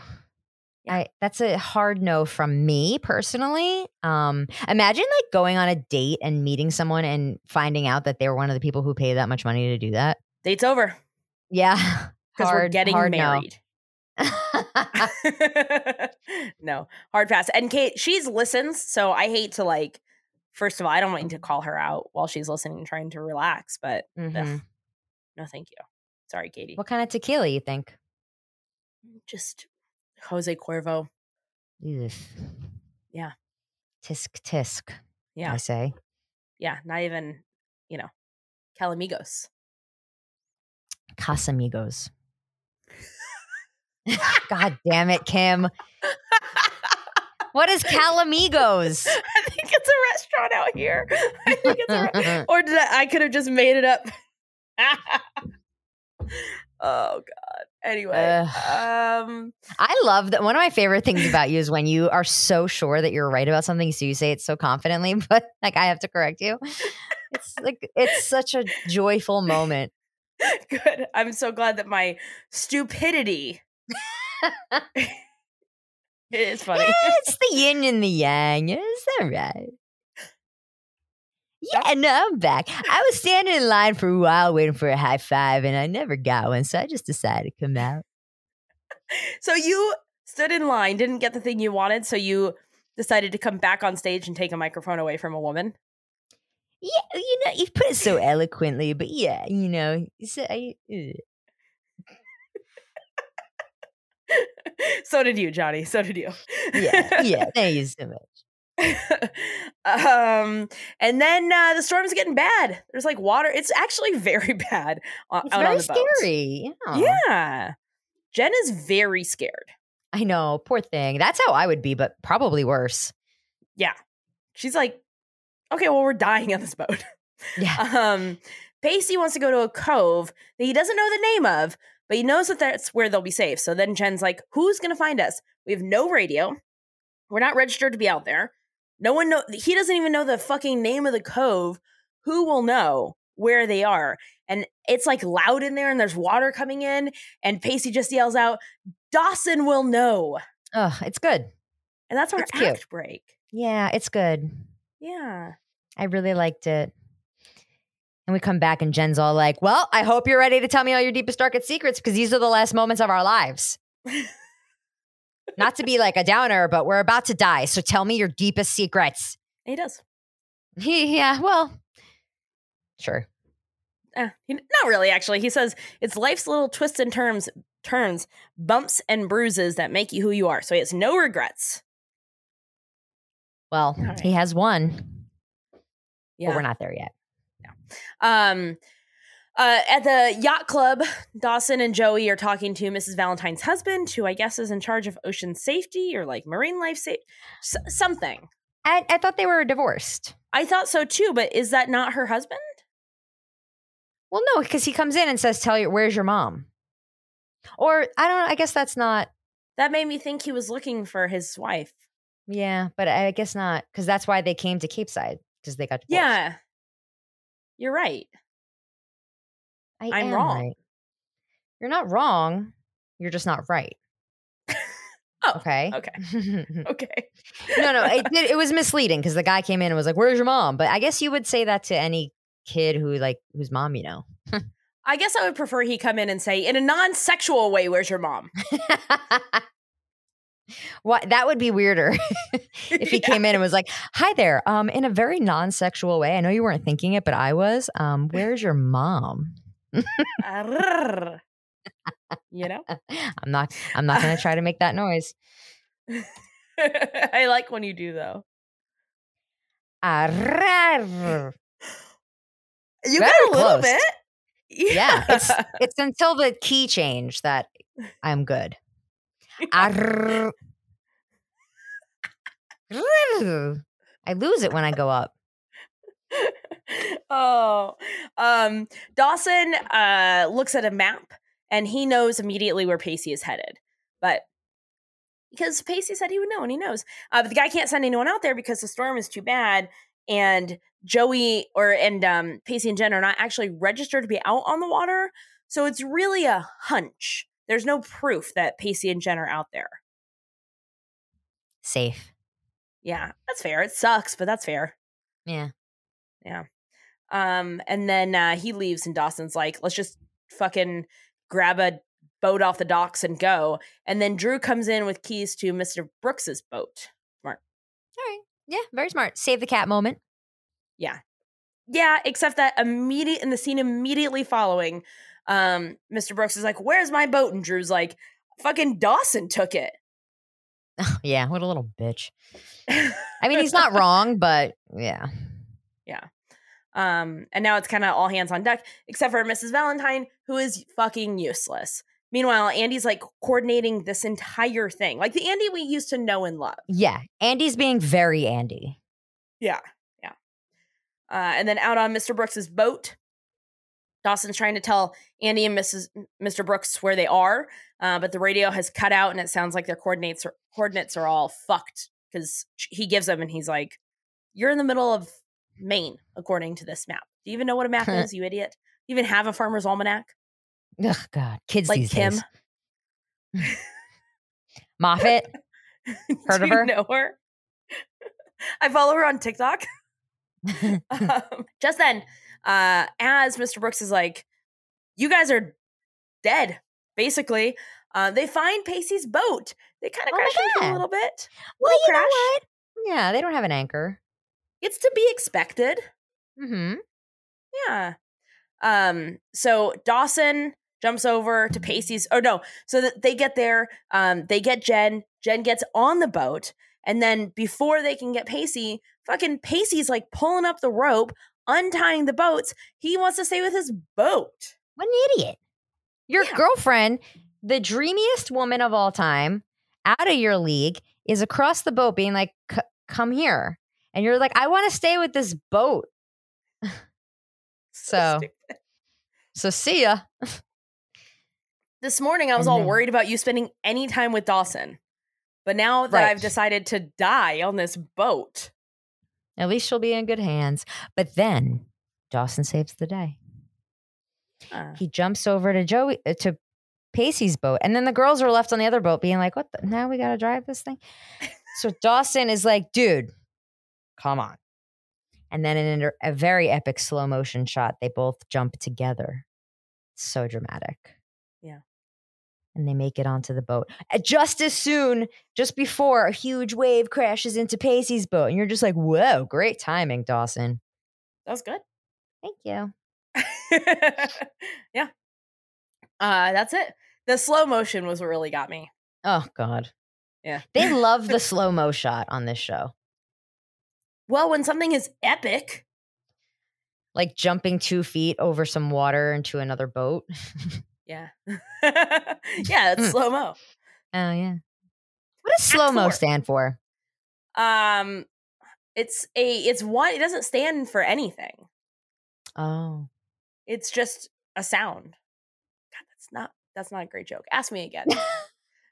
Speaker 1: Yeah.
Speaker 2: I, that's a hard no from me personally. Um, imagine like going on a date and meeting someone and finding out that they were one of the people who pay that much money to do that.
Speaker 1: Date's over
Speaker 2: Yeah,
Speaker 1: because we're
Speaker 2: Hard-
Speaker 1: getting
Speaker 2: hard no.
Speaker 1: married. no, hard pass. And Kate, she's listens, so I hate to like. First of all, I don't
Speaker 2: Mm.
Speaker 1: want to call her out while she's listening and trying to relax, but
Speaker 2: Mhm.
Speaker 1: Mm. no, thank you. Sorry, Katie.
Speaker 2: What kind of tequila you think?
Speaker 1: Just Jose Cuervo.
Speaker 2: Ugh.
Speaker 1: Yeah.
Speaker 2: Tisk tisk.
Speaker 1: Yeah.
Speaker 2: I say.
Speaker 1: Yeah, not even you know, Calamigos.
Speaker 2: Casamigos. God damn it, Kim. What is Calamigos?
Speaker 1: I think it's a restaurant out here. I think it's a re- or did I, I could have just made it up. oh God. Anyway, um,
Speaker 2: I love that. One of my favorite things about you is when you are so sure that you're right about something, so you say it so confidently, but like I have to correct you. It's like it's such a joyful moment.
Speaker 1: Good. I'm so glad that my stupidity. it is funny.
Speaker 2: Eh, It's the yin and the yang. Is that right? Yeah, no, I'm back. I was standing in line for a while waiting for a high five, and I never got one, so I just decided to come out.
Speaker 1: So you stood in line, didn't get the thing you wanted, so you decided to come back on stage and take a microphone away from a woman.
Speaker 2: Yeah, you know, you put it so eloquently, but yeah, you know, so I, ugh.
Speaker 1: so did you, Johnny. So did you.
Speaker 2: yeah, yeah. Thank you so much.
Speaker 1: um, and then uh, the storm's getting bad. There's like water. It's actually very bad o-
Speaker 2: It's
Speaker 1: out on
Speaker 2: very
Speaker 1: the boats.
Speaker 2: scary.
Speaker 1: Yeah. Jen is very scared.
Speaker 2: I know, poor thing. That's how I would be, but probably worse.
Speaker 1: She's like, okay, well, we're dying on this boat.
Speaker 2: Yeah.
Speaker 1: Um, Pacey wants to go to a cove that he doesn't know the name of, but he knows that that's where they'll be safe. So then Jen's like, "Who's gonna find us? We have no radio. We're not registered to be out there. No one know. He doesn't even know the fucking name of the cove. Who will know where they are?" And it's like loud in there, and there's water coming in, and Pacey just yells out, "Dawson will know,"
Speaker 2: Oh, it's good.
Speaker 1: and that's our
Speaker 2: That's cute.
Speaker 1: act break.
Speaker 2: Yeah, it's good.
Speaker 1: Yeah.
Speaker 2: I really liked it. And we come back, and Jen's all like, Well, I hope you're ready to tell me all your deepest, darkest secrets because these are the last moments of our lives. Not to be like a downer, but we're about to die. So tell me your deepest secrets.
Speaker 1: And He does.
Speaker 2: yeah, well, sure.
Speaker 1: Uh, he- not really, actually. He says it's life's little twists and turns, turns, bumps and bruises that make you who you are. So he has no regrets.
Speaker 2: Well,
Speaker 1: All right.
Speaker 2: he has one, but
Speaker 1: Yeah.
Speaker 2: we're not there yet.
Speaker 1: Um, uh, at the yacht club, Dawson and Joey are talking to Mrs. Valentine's husband, who I guess is in charge of ocean safety or like marine life safety, s- something.
Speaker 2: I, I thought they were divorced.
Speaker 1: I thought so too, but is that not her husband?
Speaker 2: Well, no, because he comes in and says, "Tell your where's your mom," or I don't. I guess that's not.
Speaker 1: That made me think he was looking for his wife.
Speaker 2: Yeah, but I guess not because that's why they came to Cape Side because they got divorced.
Speaker 1: Yeah. You're right.
Speaker 2: I
Speaker 1: I'm
Speaker 2: am
Speaker 1: wrong.
Speaker 2: right. You're not wrong. You're just not right.
Speaker 1: Oh,
Speaker 2: Okay.
Speaker 1: okay. Okay.
Speaker 2: no, no, it, it, it was misleading because the guy came in and was like, "Where's your mom?" But I guess you would say that to any kid who like whose mom you know.
Speaker 1: I guess I would prefer he come in and say, in a non sexual way, where's your mom?
Speaker 2: what that would be weirder if he came in and was like, "Hi there," um, in a very non-sexual way. I know you weren't thinking it, but I was. Um, where's your mom?
Speaker 1: Arrrr. you know?
Speaker 2: I'm not. I'm not going to try to make that noise.
Speaker 1: I like when you do, though.
Speaker 2: Arrrrr.
Speaker 1: You
Speaker 2: Very
Speaker 1: got a little
Speaker 2: close.
Speaker 1: bit.
Speaker 2: Yeah, it's it's until the key change that I'm good. Arr. Rrr. I lose it when I go up.
Speaker 1: oh. Um, Dawson uh, looks at a map and he knows immediately where Pacey is headed. But because Pacey said he would know and he knows. Uh, but the guy can't send anyone out there because the storm is too bad. And Joey or and um, Pacey and Jen are not actually registered to be out on the water. So it's really a hunch. There's no proof that Pacey and Jen are out there.
Speaker 2: Safe.
Speaker 1: Yeah, that's fair. It sucks, but that's fair.
Speaker 2: Yeah.
Speaker 1: Um, and then uh, he leaves, and Dawson's like, "Let's just fucking grab a boat off the docks and go." And then Drew comes in with keys to Mister Brooks's boat.
Speaker 2: All right. Yeah, very smart. Save the cat moment.
Speaker 1: Yeah, except that immediate in the scene immediately following, um, Mister Brooks is like, "Where's my boat?" And Drew's like, "Fucking Dawson took it."
Speaker 2: Yeah, what a little bitch. I mean, he's not wrong, but yeah.
Speaker 1: Um, and now it's kind of all hands on deck, except for Mrs. Valentine, who is fucking useless. Meanwhile, Andy's like coordinating this entire thing, like the Andy we used to know and love.
Speaker 2: Yeah, Andy's being very Andy.
Speaker 1: Yeah, yeah. Uh, and then out on Mr. Brooks's boat, Dawson's trying to tell Andy and Mrs. Mr. Brooks where they are, uh, but the radio has cut out, and it sounds like their coordinates are, coordinates are all fucked because he gives them, and he's like, "You're in the middle of Maine, according to this map. Do you even know what a map is, you idiot? Do you even have a farmer's almanac
Speaker 2: Ugh, God, kids
Speaker 1: like
Speaker 2: these
Speaker 1: Kim?
Speaker 2: days. Moffat. Heard
Speaker 1: Do
Speaker 2: of
Speaker 1: you
Speaker 2: her?
Speaker 1: know her? I follow her on TikTok. um, just then, uh, as Mr. Brooks is like, "You guys are dead," basically, uh, they find Pacey's boat. They kind of
Speaker 2: Oh my
Speaker 1: crash into it a
Speaker 2: God.
Speaker 1: little bit.
Speaker 2: well,
Speaker 1: Little
Speaker 2: you know
Speaker 1: crash.
Speaker 2: what? Yeah, they don't have an anchor.
Speaker 1: It's to be expected.
Speaker 2: Mm-hmm.
Speaker 1: Yeah. Um. So Dawson jumps over
Speaker 2: Mm-hmm.
Speaker 1: to Pacey's. Oh no! So that they get there. Um. They get Jen. Jen gets on the boat, and then before they can get Pacey, fucking Pacey's like pulling up the rope, untying the boats. He wants to stay with his boat.
Speaker 2: What an idiot. Your
Speaker 1: Yeah.
Speaker 2: girlfriend, the dreamiest woman of all time, out of your league, is across the boat being like, "C- come here. And you're like, I want to stay with this boat. So-
Speaker 1: stupid.
Speaker 2: So see ya.
Speaker 1: this morning I was
Speaker 2: And
Speaker 1: all
Speaker 2: then-
Speaker 1: worried about you spending any time with Dawson. But now that
Speaker 2: Right.
Speaker 1: I've decided to die on this boat,
Speaker 2: At least she'll be in good hands. But then Dawson saves the day.
Speaker 1: uh,
Speaker 2: He jumps over to Joey, uh, to Pacey's boat. And then the girls are left on the other boat being like, what the? Now we got to drive this thing. so Dawson is like, dude, come on. And then in er, a- a very epic slow motion shot, they both jump together. So dramatic.
Speaker 1: Yeah.
Speaker 2: And they make it onto the boat Uh, just as soon, just before a huge wave crashes into Pacey's boat. And you're just like, whoa, great timing, Dawson.
Speaker 1: that was good.
Speaker 2: Thank you.
Speaker 1: yeah. Uh, that's it. The slow motion was what really got me.
Speaker 2: Oh, God.
Speaker 1: Yeah.
Speaker 2: They love the slow mo shot on this show.
Speaker 1: well, when something is epic,
Speaker 2: like jumping two feet over some water into another boat. oh
Speaker 1: yeah. yeah, it's
Speaker 2: Mm.
Speaker 1: slow mo.
Speaker 2: Oh, yeah. What does slow mo
Speaker 1: four.
Speaker 2: stand for?
Speaker 1: Um it's a it's one it doesn't stand for anything.
Speaker 2: Oh.
Speaker 1: It's just a sound. God, that's not that's not a great joke. Ask me again.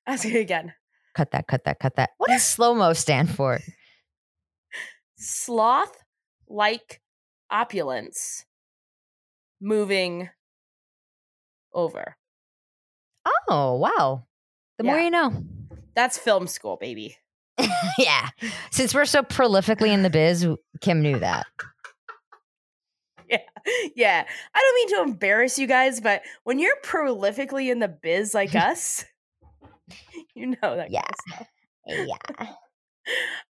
Speaker 1: Ask me again.
Speaker 2: Cut that, cut that, cut that. What does slow mo stand for?
Speaker 1: sloth like opulence moving over.
Speaker 2: Oh, wow. The more
Speaker 1: Yeah.
Speaker 2: you know.
Speaker 1: That's film school, baby.
Speaker 2: yeah. Since we're so prolifically in the biz, Kim knew that.
Speaker 1: Yeah. I don't mean to embarrass you guys, but when you're prolifically in the biz like us, you know that. kind of
Speaker 2: Yeah.
Speaker 1: stuff.
Speaker 2: Yeah.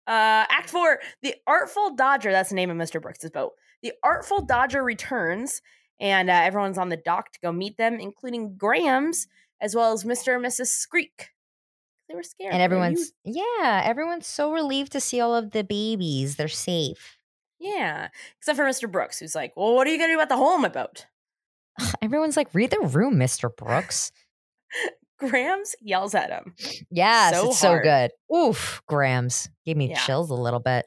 Speaker 1: Uh, act four, the Artful Dodger. That's the name of Mr. Brooks's boat. The Artful Dodger returns, and uh, everyone's on the dock to go meet them, including Graham's as well as Mr. and Mrs. Screek. They were scared.
Speaker 2: And
Speaker 1: They were
Speaker 2: everyone's yeah, everyone's so relieved to see all of the babies. They're safe.
Speaker 1: used- yeah, except for Mr. Brooks, who's like, "Well, what are you gonna do about the hole in my boat?"
Speaker 2: Everyone's like, read the room, Mr. Brooks.
Speaker 1: Graham's yells at him.
Speaker 2: Yes,
Speaker 1: So
Speaker 2: it's
Speaker 1: hard.
Speaker 2: so good. Oof, Grams gave me
Speaker 1: Yeah.
Speaker 2: chills a little bit.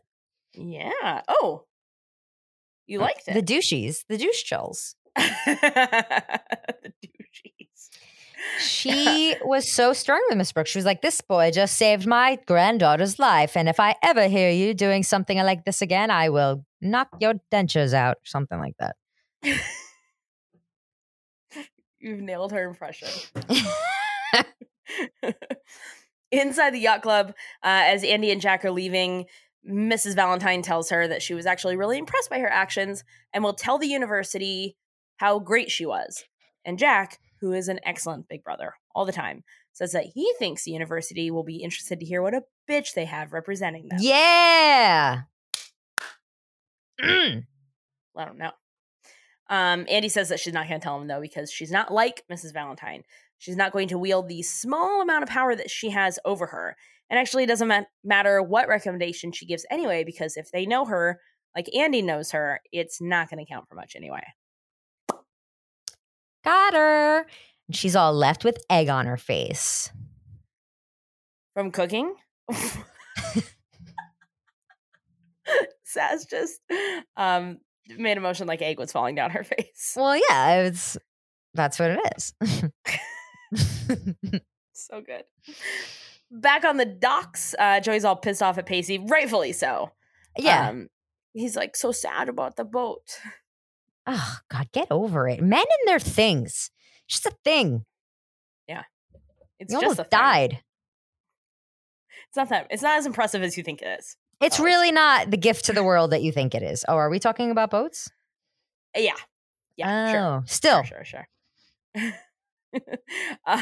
Speaker 1: Yeah. Oh, you liked
Speaker 2: The
Speaker 1: it.
Speaker 2: douchies, the douche chills.
Speaker 1: the douchies.
Speaker 2: She was so strong with Miss Brooks. She was like, "This boy just saved my granddaughter's life, and if I ever hear you doing something like this again, I will knock your dentures out." Something like that.
Speaker 1: You've nailed her impression. Inside the yacht club, uh, as Andy and Jack are leaving, Mrs. Valentine tells her that she was actually really impressed by her actions and will tell the university how great she was. And Jack, who is an excellent big brother all the time, says that he thinks the university will be interested to hear what a bitch they have representing them.
Speaker 2: yeah. Mm.
Speaker 1: I don't know. Um, Andy says that she's not going to tell him though because she's not like Mrs. Valentine. She's not going to wield the small amount of power that she has over her. And actually, it doesn't ma- matter what recommendation she gives anyway, because if they know her, like Andy knows her, it's not going to count for much anyway.
Speaker 2: Got her. And she's all left with egg on her face.
Speaker 1: From cooking, Saz just um, made a motion like egg was falling down her face.
Speaker 2: Well, yeah, it's that's what it is.
Speaker 1: Um So good. Back on the docks, uh, Joey's all pissed off at Pacey, rightfully so.
Speaker 2: yeah.
Speaker 1: Um, he's like so sad about the boat.
Speaker 2: oh God, get over it. Men and their things. It's just a thing.
Speaker 1: It's
Speaker 2: You
Speaker 1: just a
Speaker 2: almost
Speaker 1: thing.
Speaker 2: died.
Speaker 1: It's not that. It's not as impressive as you think it is.
Speaker 2: It's
Speaker 1: Oh.
Speaker 2: really not the gift to the world that you think it is. Oh, are we talking about boats?
Speaker 1: Yeah. Yeah. sure.
Speaker 2: Oh, still.
Speaker 1: Sure. Sure. sure.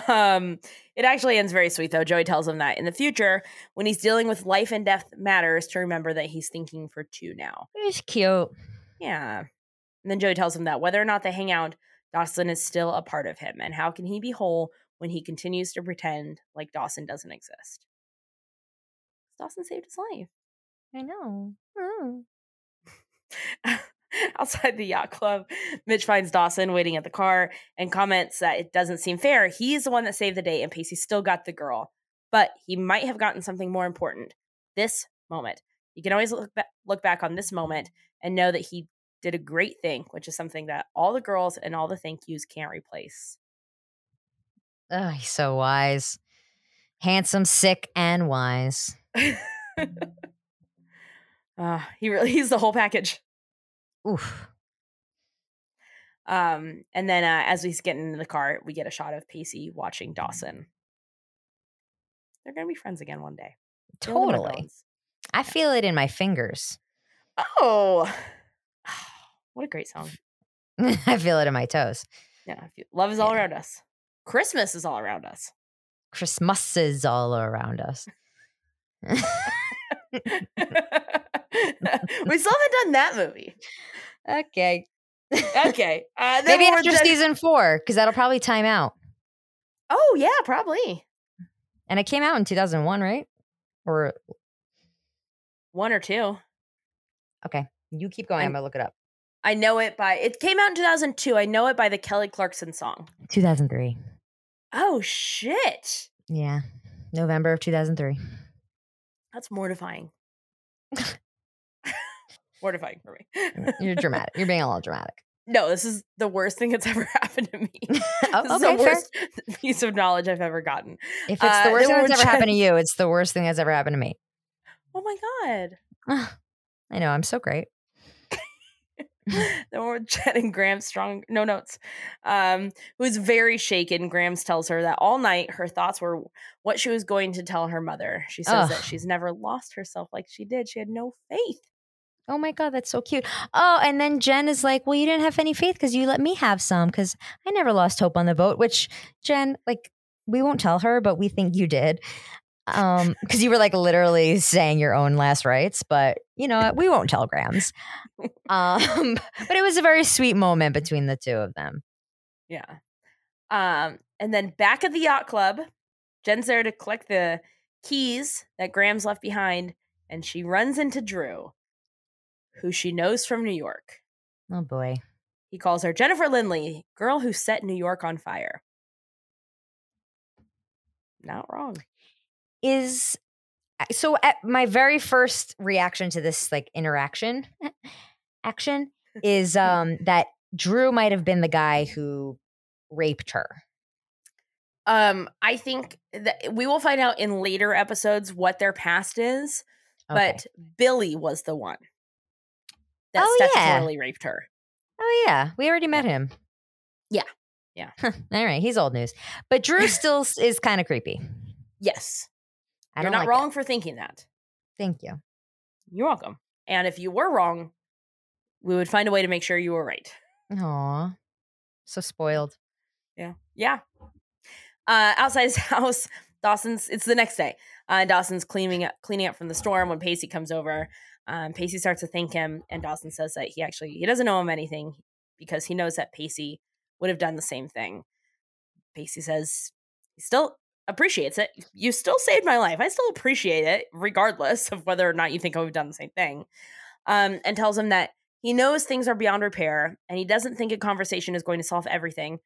Speaker 1: um, it actually ends very sweet though. Joey tells him that in the future, when he's dealing with life and death matters, to remember that he's thinking for two now.
Speaker 2: It's cute.
Speaker 1: Yeah. And then Joey tells him that whether or not they hang out, Dawson is still a part of him, and how can he be whole when he continues to pretend like Dawson doesn't exist? Dawson saved his life.
Speaker 2: I know. Mm.
Speaker 1: Outside the yacht club, Mitch finds Dawson waiting at the car and comments that it doesn't seem fair. He's the one that saved the day, and Pacey still got the girl, but he might have gotten something more important. This moment, you can always look ba- look back on this moment and know that he did a great thing, which is something that all the girls and all the thank yous can't replace.
Speaker 2: Oh, he's so wise. Handsome, sick, and wise.
Speaker 1: Uh, he really he's the whole package.
Speaker 2: Oof.
Speaker 1: Um, and then uh, as he's getting into the car, we get a shot of Pacey watching Dawson. They're gonna be friends again one day. You'll remember
Speaker 2: Totally.
Speaker 1: those.
Speaker 2: I feel it in my fingers.
Speaker 1: Oh, what a great song!
Speaker 2: I feel it in my toes.
Speaker 1: Yeah, if you- love is all
Speaker 2: Yeah.
Speaker 1: around us. Christmas is all around us.
Speaker 2: Christmases all around us.
Speaker 1: we still haven't done that movie.
Speaker 2: okay.
Speaker 1: Okay, uh, then
Speaker 2: Maybe
Speaker 1: we're
Speaker 2: after
Speaker 1: done-
Speaker 2: season four, because that'll probably time out.
Speaker 1: Oh yeah, probably
Speaker 2: And it came out in 2001, right? Or
Speaker 1: one or two.
Speaker 2: you keep going.
Speaker 1: I'm-
Speaker 2: I'm going to look it up.
Speaker 1: I know it by it came out in 2002. I know it by the Kelly Clarkson song.
Speaker 2: 2003.
Speaker 1: Oh shit.
Speaker 2: Yeah. November of 2003.
Speaker 1: That's mortifying. mortifying for me.
Speaker 2: You're dramatic. You're being a little dramatic.
Speaker 1: No, this is the worst thing that's ever happened to me. this
Speaker 2: Oh,
Speaker 1: is the
Speaker 2: okay, fair.
Speaker 1: worst piece of knowledge I've ever gotten.
Speaker 2: If it's
Speaker 1: Uh,
Speaker 2: the worst
Speaker 1: there
Speaker 2: thing that's
Speaker 1: were
Speaker 2: ever happened to you, it's the worst thing that's ever happened to me.
Speaker 1: Oh my god.
Speaker 2: I know. I'm so great.
Speaker 1: then we're with Jen and Graham strong no notes. Um, who is very shaken. Grams tells her that all night her thoughts were what she was going to tell her mother. She says
Speaker 2: Ugh.
Speaker 1: that she's never lost herself like she did. She had no faith.
Speaker 2: Oh my God, that's so cute. Oh, and then Jen is like, Well, you didn't have any faith because you let me have some because I never lost hope on the vote, which Jen, like, we won't tell her, but we think you did. Um, because you were like literally saying your own last rites, but you know what? We won't tell Grams. Um, but it was a very sweet moment between the two of them.
Speaker 1: Yeah. Um, and then back at the yacht club, Jen's there to collect the keys that Graham's left behind, and she runs into Drew, who she knows from New York.
Speaker 2: Oh boy.
Speaker 1: He calls her Jennifer Lindley, girl who set New York on fire. Not wrong.
Speaker 2: Is so at my very first reaction to this like interaction action is um that Drew might have been the guy who raped her.
Speaker 1: Um, I think that we will find out in later episodes what their past is,
Speaker 2: Okay.
Speaker 1: but Billy was the one that
Speaker 2: Oh, yeah.
Speaker 1: statutorily raped her.
Speaker 2: oh yeah, we already met him.
Speaker 1: Yeah. Yeah.
Speaker 2: All right, he's old news. But Drew still s- is kind of creepy.
Speaker 1: Yes.
Speaker 2: I
Speaker 1: You're
Speaker 2: don't
Speaker 1: not
Speaker 2: like it.
Speaker 1: wrong for thinking that.
Speaker 2: Thank you.
Speaker 1: You're welcome. And if you were wrong, we would find a way to make sure you were right.
Speaker 2: Aw. So spoiled.
Speaker 1: Yeah. Yeah. Uh, outside his house, Dawson's. It's the next day. Uh, Dawson's cleaning up, cleaning up from the storm when Pacey comes over. Um, Pacey starts to thank him, and Dawson says that he actually he doesn't owe him anything because he knows that Pacey would have done the same thing. Pacey says he still appreciates it. You still saved my life. I still appreciate it, regardless of whether or not you think I would have done the same thing. Um, and tells him that he knows things are beyond repair, and he doesn't think a conversation is going to solve everything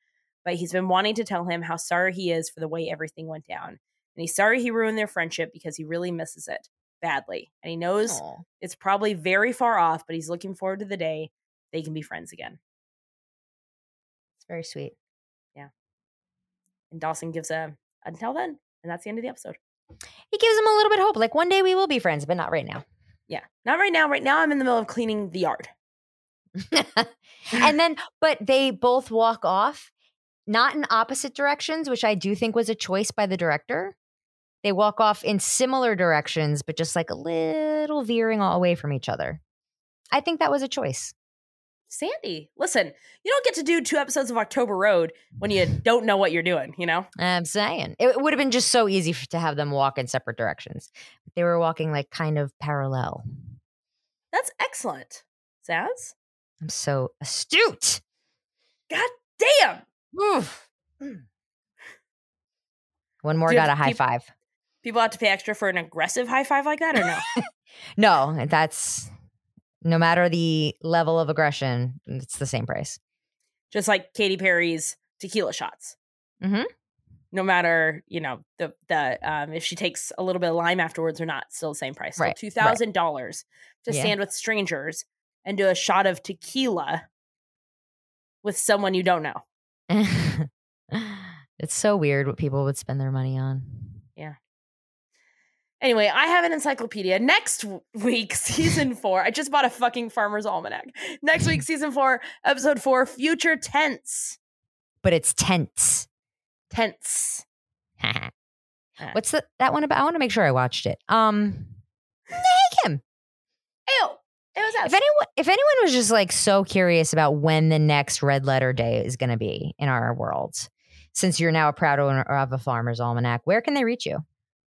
Speaker 1: but he's been wanting to tell him how sorry he is for the way everything went down. And he's sorry he ruined their friendship because he really misses it badly. And he knows
Speaker 2: Aw.
Speaker 1: it's probably very far off, but he's looking forward to the day they can be friends again.
Speaker 2: It's very sweet.
Speaker 1: And Dawson gives a until then. And that's the end of the episode.
Speaker 2: He gives him a little bit of hope. Like one day we will be friends, but not right now.
Speaker 1: Yeah. Not right now. Right now, I'm in the middle of cleaning the yard.
Speaker 2: and then but they both walk off not in opposite directions which i do think was a choice by the director they walk off in similar directions but just like a little veering all away from each other i think that was a choice
Speaker 1: Sandy, listen, you don't get to do two episodes of October Road when you don't know what you're doing, you know?
Speaker 2: i'm saying it would have been just so easy f- to have them walk in separate directions they were walking like kind of parallel
Speaker 1: That's excellent. Zaz?
Speaker 2: i'm so astute
Speaker 1: Damn.
Speaker 2: Oof. one more
Speaker 1: Do you have
Speaker 2: got a
Speaker 1: to
Speaker 2: high
Speaker 1: keep-
Speaker 2: five
Speaker 1: People have to pay extra for an aggressive high five like that or no?
Speaker 2: No, that's no matter the level of aggression, it's the same price.
Speaker 1: just like Katy Perry's tequila shots.
Speaker 2: Mhm.
Speaker 1: No matter you know the the um, if she takes a little bit of lime afterwards or not, still the same price. Still
Speaker 2: Right, right.
Speaker 1: two thousand dollars to
Speaker 2: Yeah.
Speaker 1: stand with strangers and do a shot of tequila with someone you don't know.
Speaker 2: it's so weird what people would spend their money on.
Speaker 1: Anyway, I have an encyclopedia. Next w- week, season four. I just bought a fucking farmer's almanac. Next week, season four, episode four, future tense.
Speaker 2: But it's tense.
Speaker 1: Tense.
Speaker 2: What's the, that one about? I want to make sure I watched it. Um, take him.
Speaker 1: Ew. It was
Speaker 2: If
Speaker 1: us.
Speaker 2: anyone, if anyone was just like so curious about when the next red letter day is going to be in our world, since you're now a proud owner of a farmer's almanac, where can they reach you?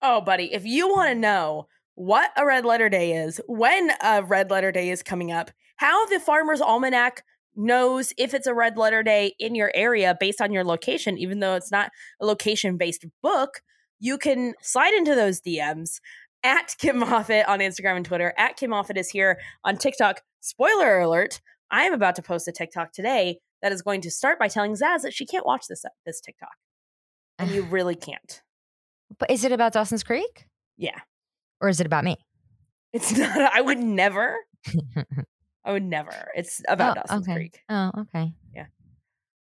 Speaker 1: Oh, buddy, if you want to know what a red letter day is, when a red letter day is coming up, how the Farmer's Almanac knows if it's a red letter day in your area based on your location, even though it's not a location based book, you can slide into those DMs at Kim Moffitt on Instagram and Twitter. At Kim Moffitt is here on TikTok. Spoiler alert, I am about to post a TikTok today that is going to start by telling Zaz that she can't watch this, this TikTok. And you really can't.
Speaker 2: But is it about Dawson's Creek
Speaker 1: Yeah.
Speaker 2: or is it about me?
Speaker 1: It's not. I would never. I would never. It's about
Speaker 2: Oh,
Speaker 1: Dawson's
Speaker 2: okay.
Speaker 1: Creek.
Speaker 2: Oh, okay.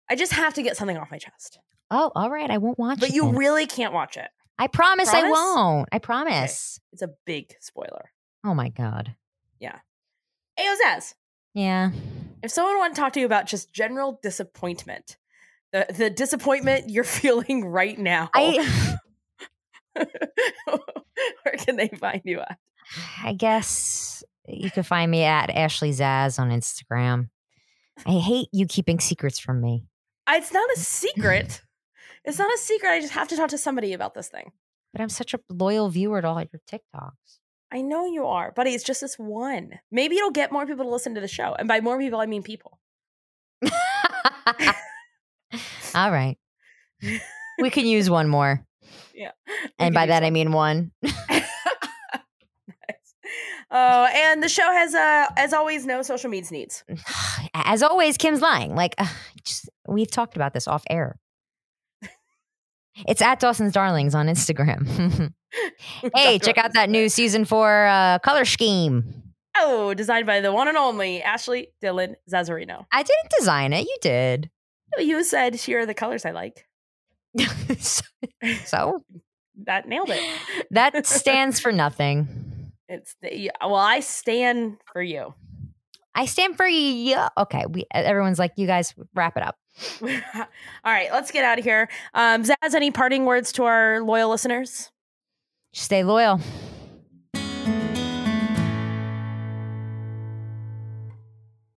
Speaker 1: I just have to get something off my chest.
Speaker 2: Oh, all right. I won't watch it.
Speaker 1: But you
Speaker 2: then.
Speaker 1: really can't watch it.
Speaker 2: I promise, I
Speaker 1: Promise?
Speaker 2: won't. I promise.
Speaker 1: It's a big spoiler.
Speaker 2: Oh my God.
Speaker 1: Ayo Zaz,
Speaker 2: Yeah.
Speaker 1: If someone wanted to talk to you about just general disappointment, the, the disappointment you're feeling right now,
Speaker 2: I
Speaker 1: where can they find you at?
Speaker 2: I guess you can find me at Ashley Zaz on Instagram. I hate you keeping secrets from me.
Speaker 1: It's not a secret. it's not a secret. I just have to talk to somebody about this thing.
Speaker 2: But I'm such a loyal viewer to all your TikToks.
Speaker 1: I know you are, buddy. It's just this one. Maybe it'll get more people to listen to the show. And by more people, I mean people.
Speaker 2: all right. We can use one more.
Speaker 1: Yeah.
Speaker 2: And by that, I mean one.
Speaker 1: Oh, and the show has, uh, as always, no social media needs.
Speaker 2: Mm. As always, Kim's lying. Like, ugh, just, we've talked about this off air. It's at Dawson's Darlings on Instagram. hey, check out that new season four uh, color scheme.
Speaker 1: Oh, designed by the one and only Ashley Dylan Zazzarino.
Speaker 2: I didn't design it. You did.
Speaker 1: You said here are the colors I like.
Speaker 2: so
Speaker 1: That nailed it.
Speaker 2: that stands for nothing.
Speaker 1: It's the, well, I stand for you.
Speaker 2: I stand for you. Okay, we e, everyone's like, you guys wrap it up.
Speaker 1: All right, let's get out of here. Um, Zaz, any parting words to our loyal listeners?
Speaker 2: Stay loyal.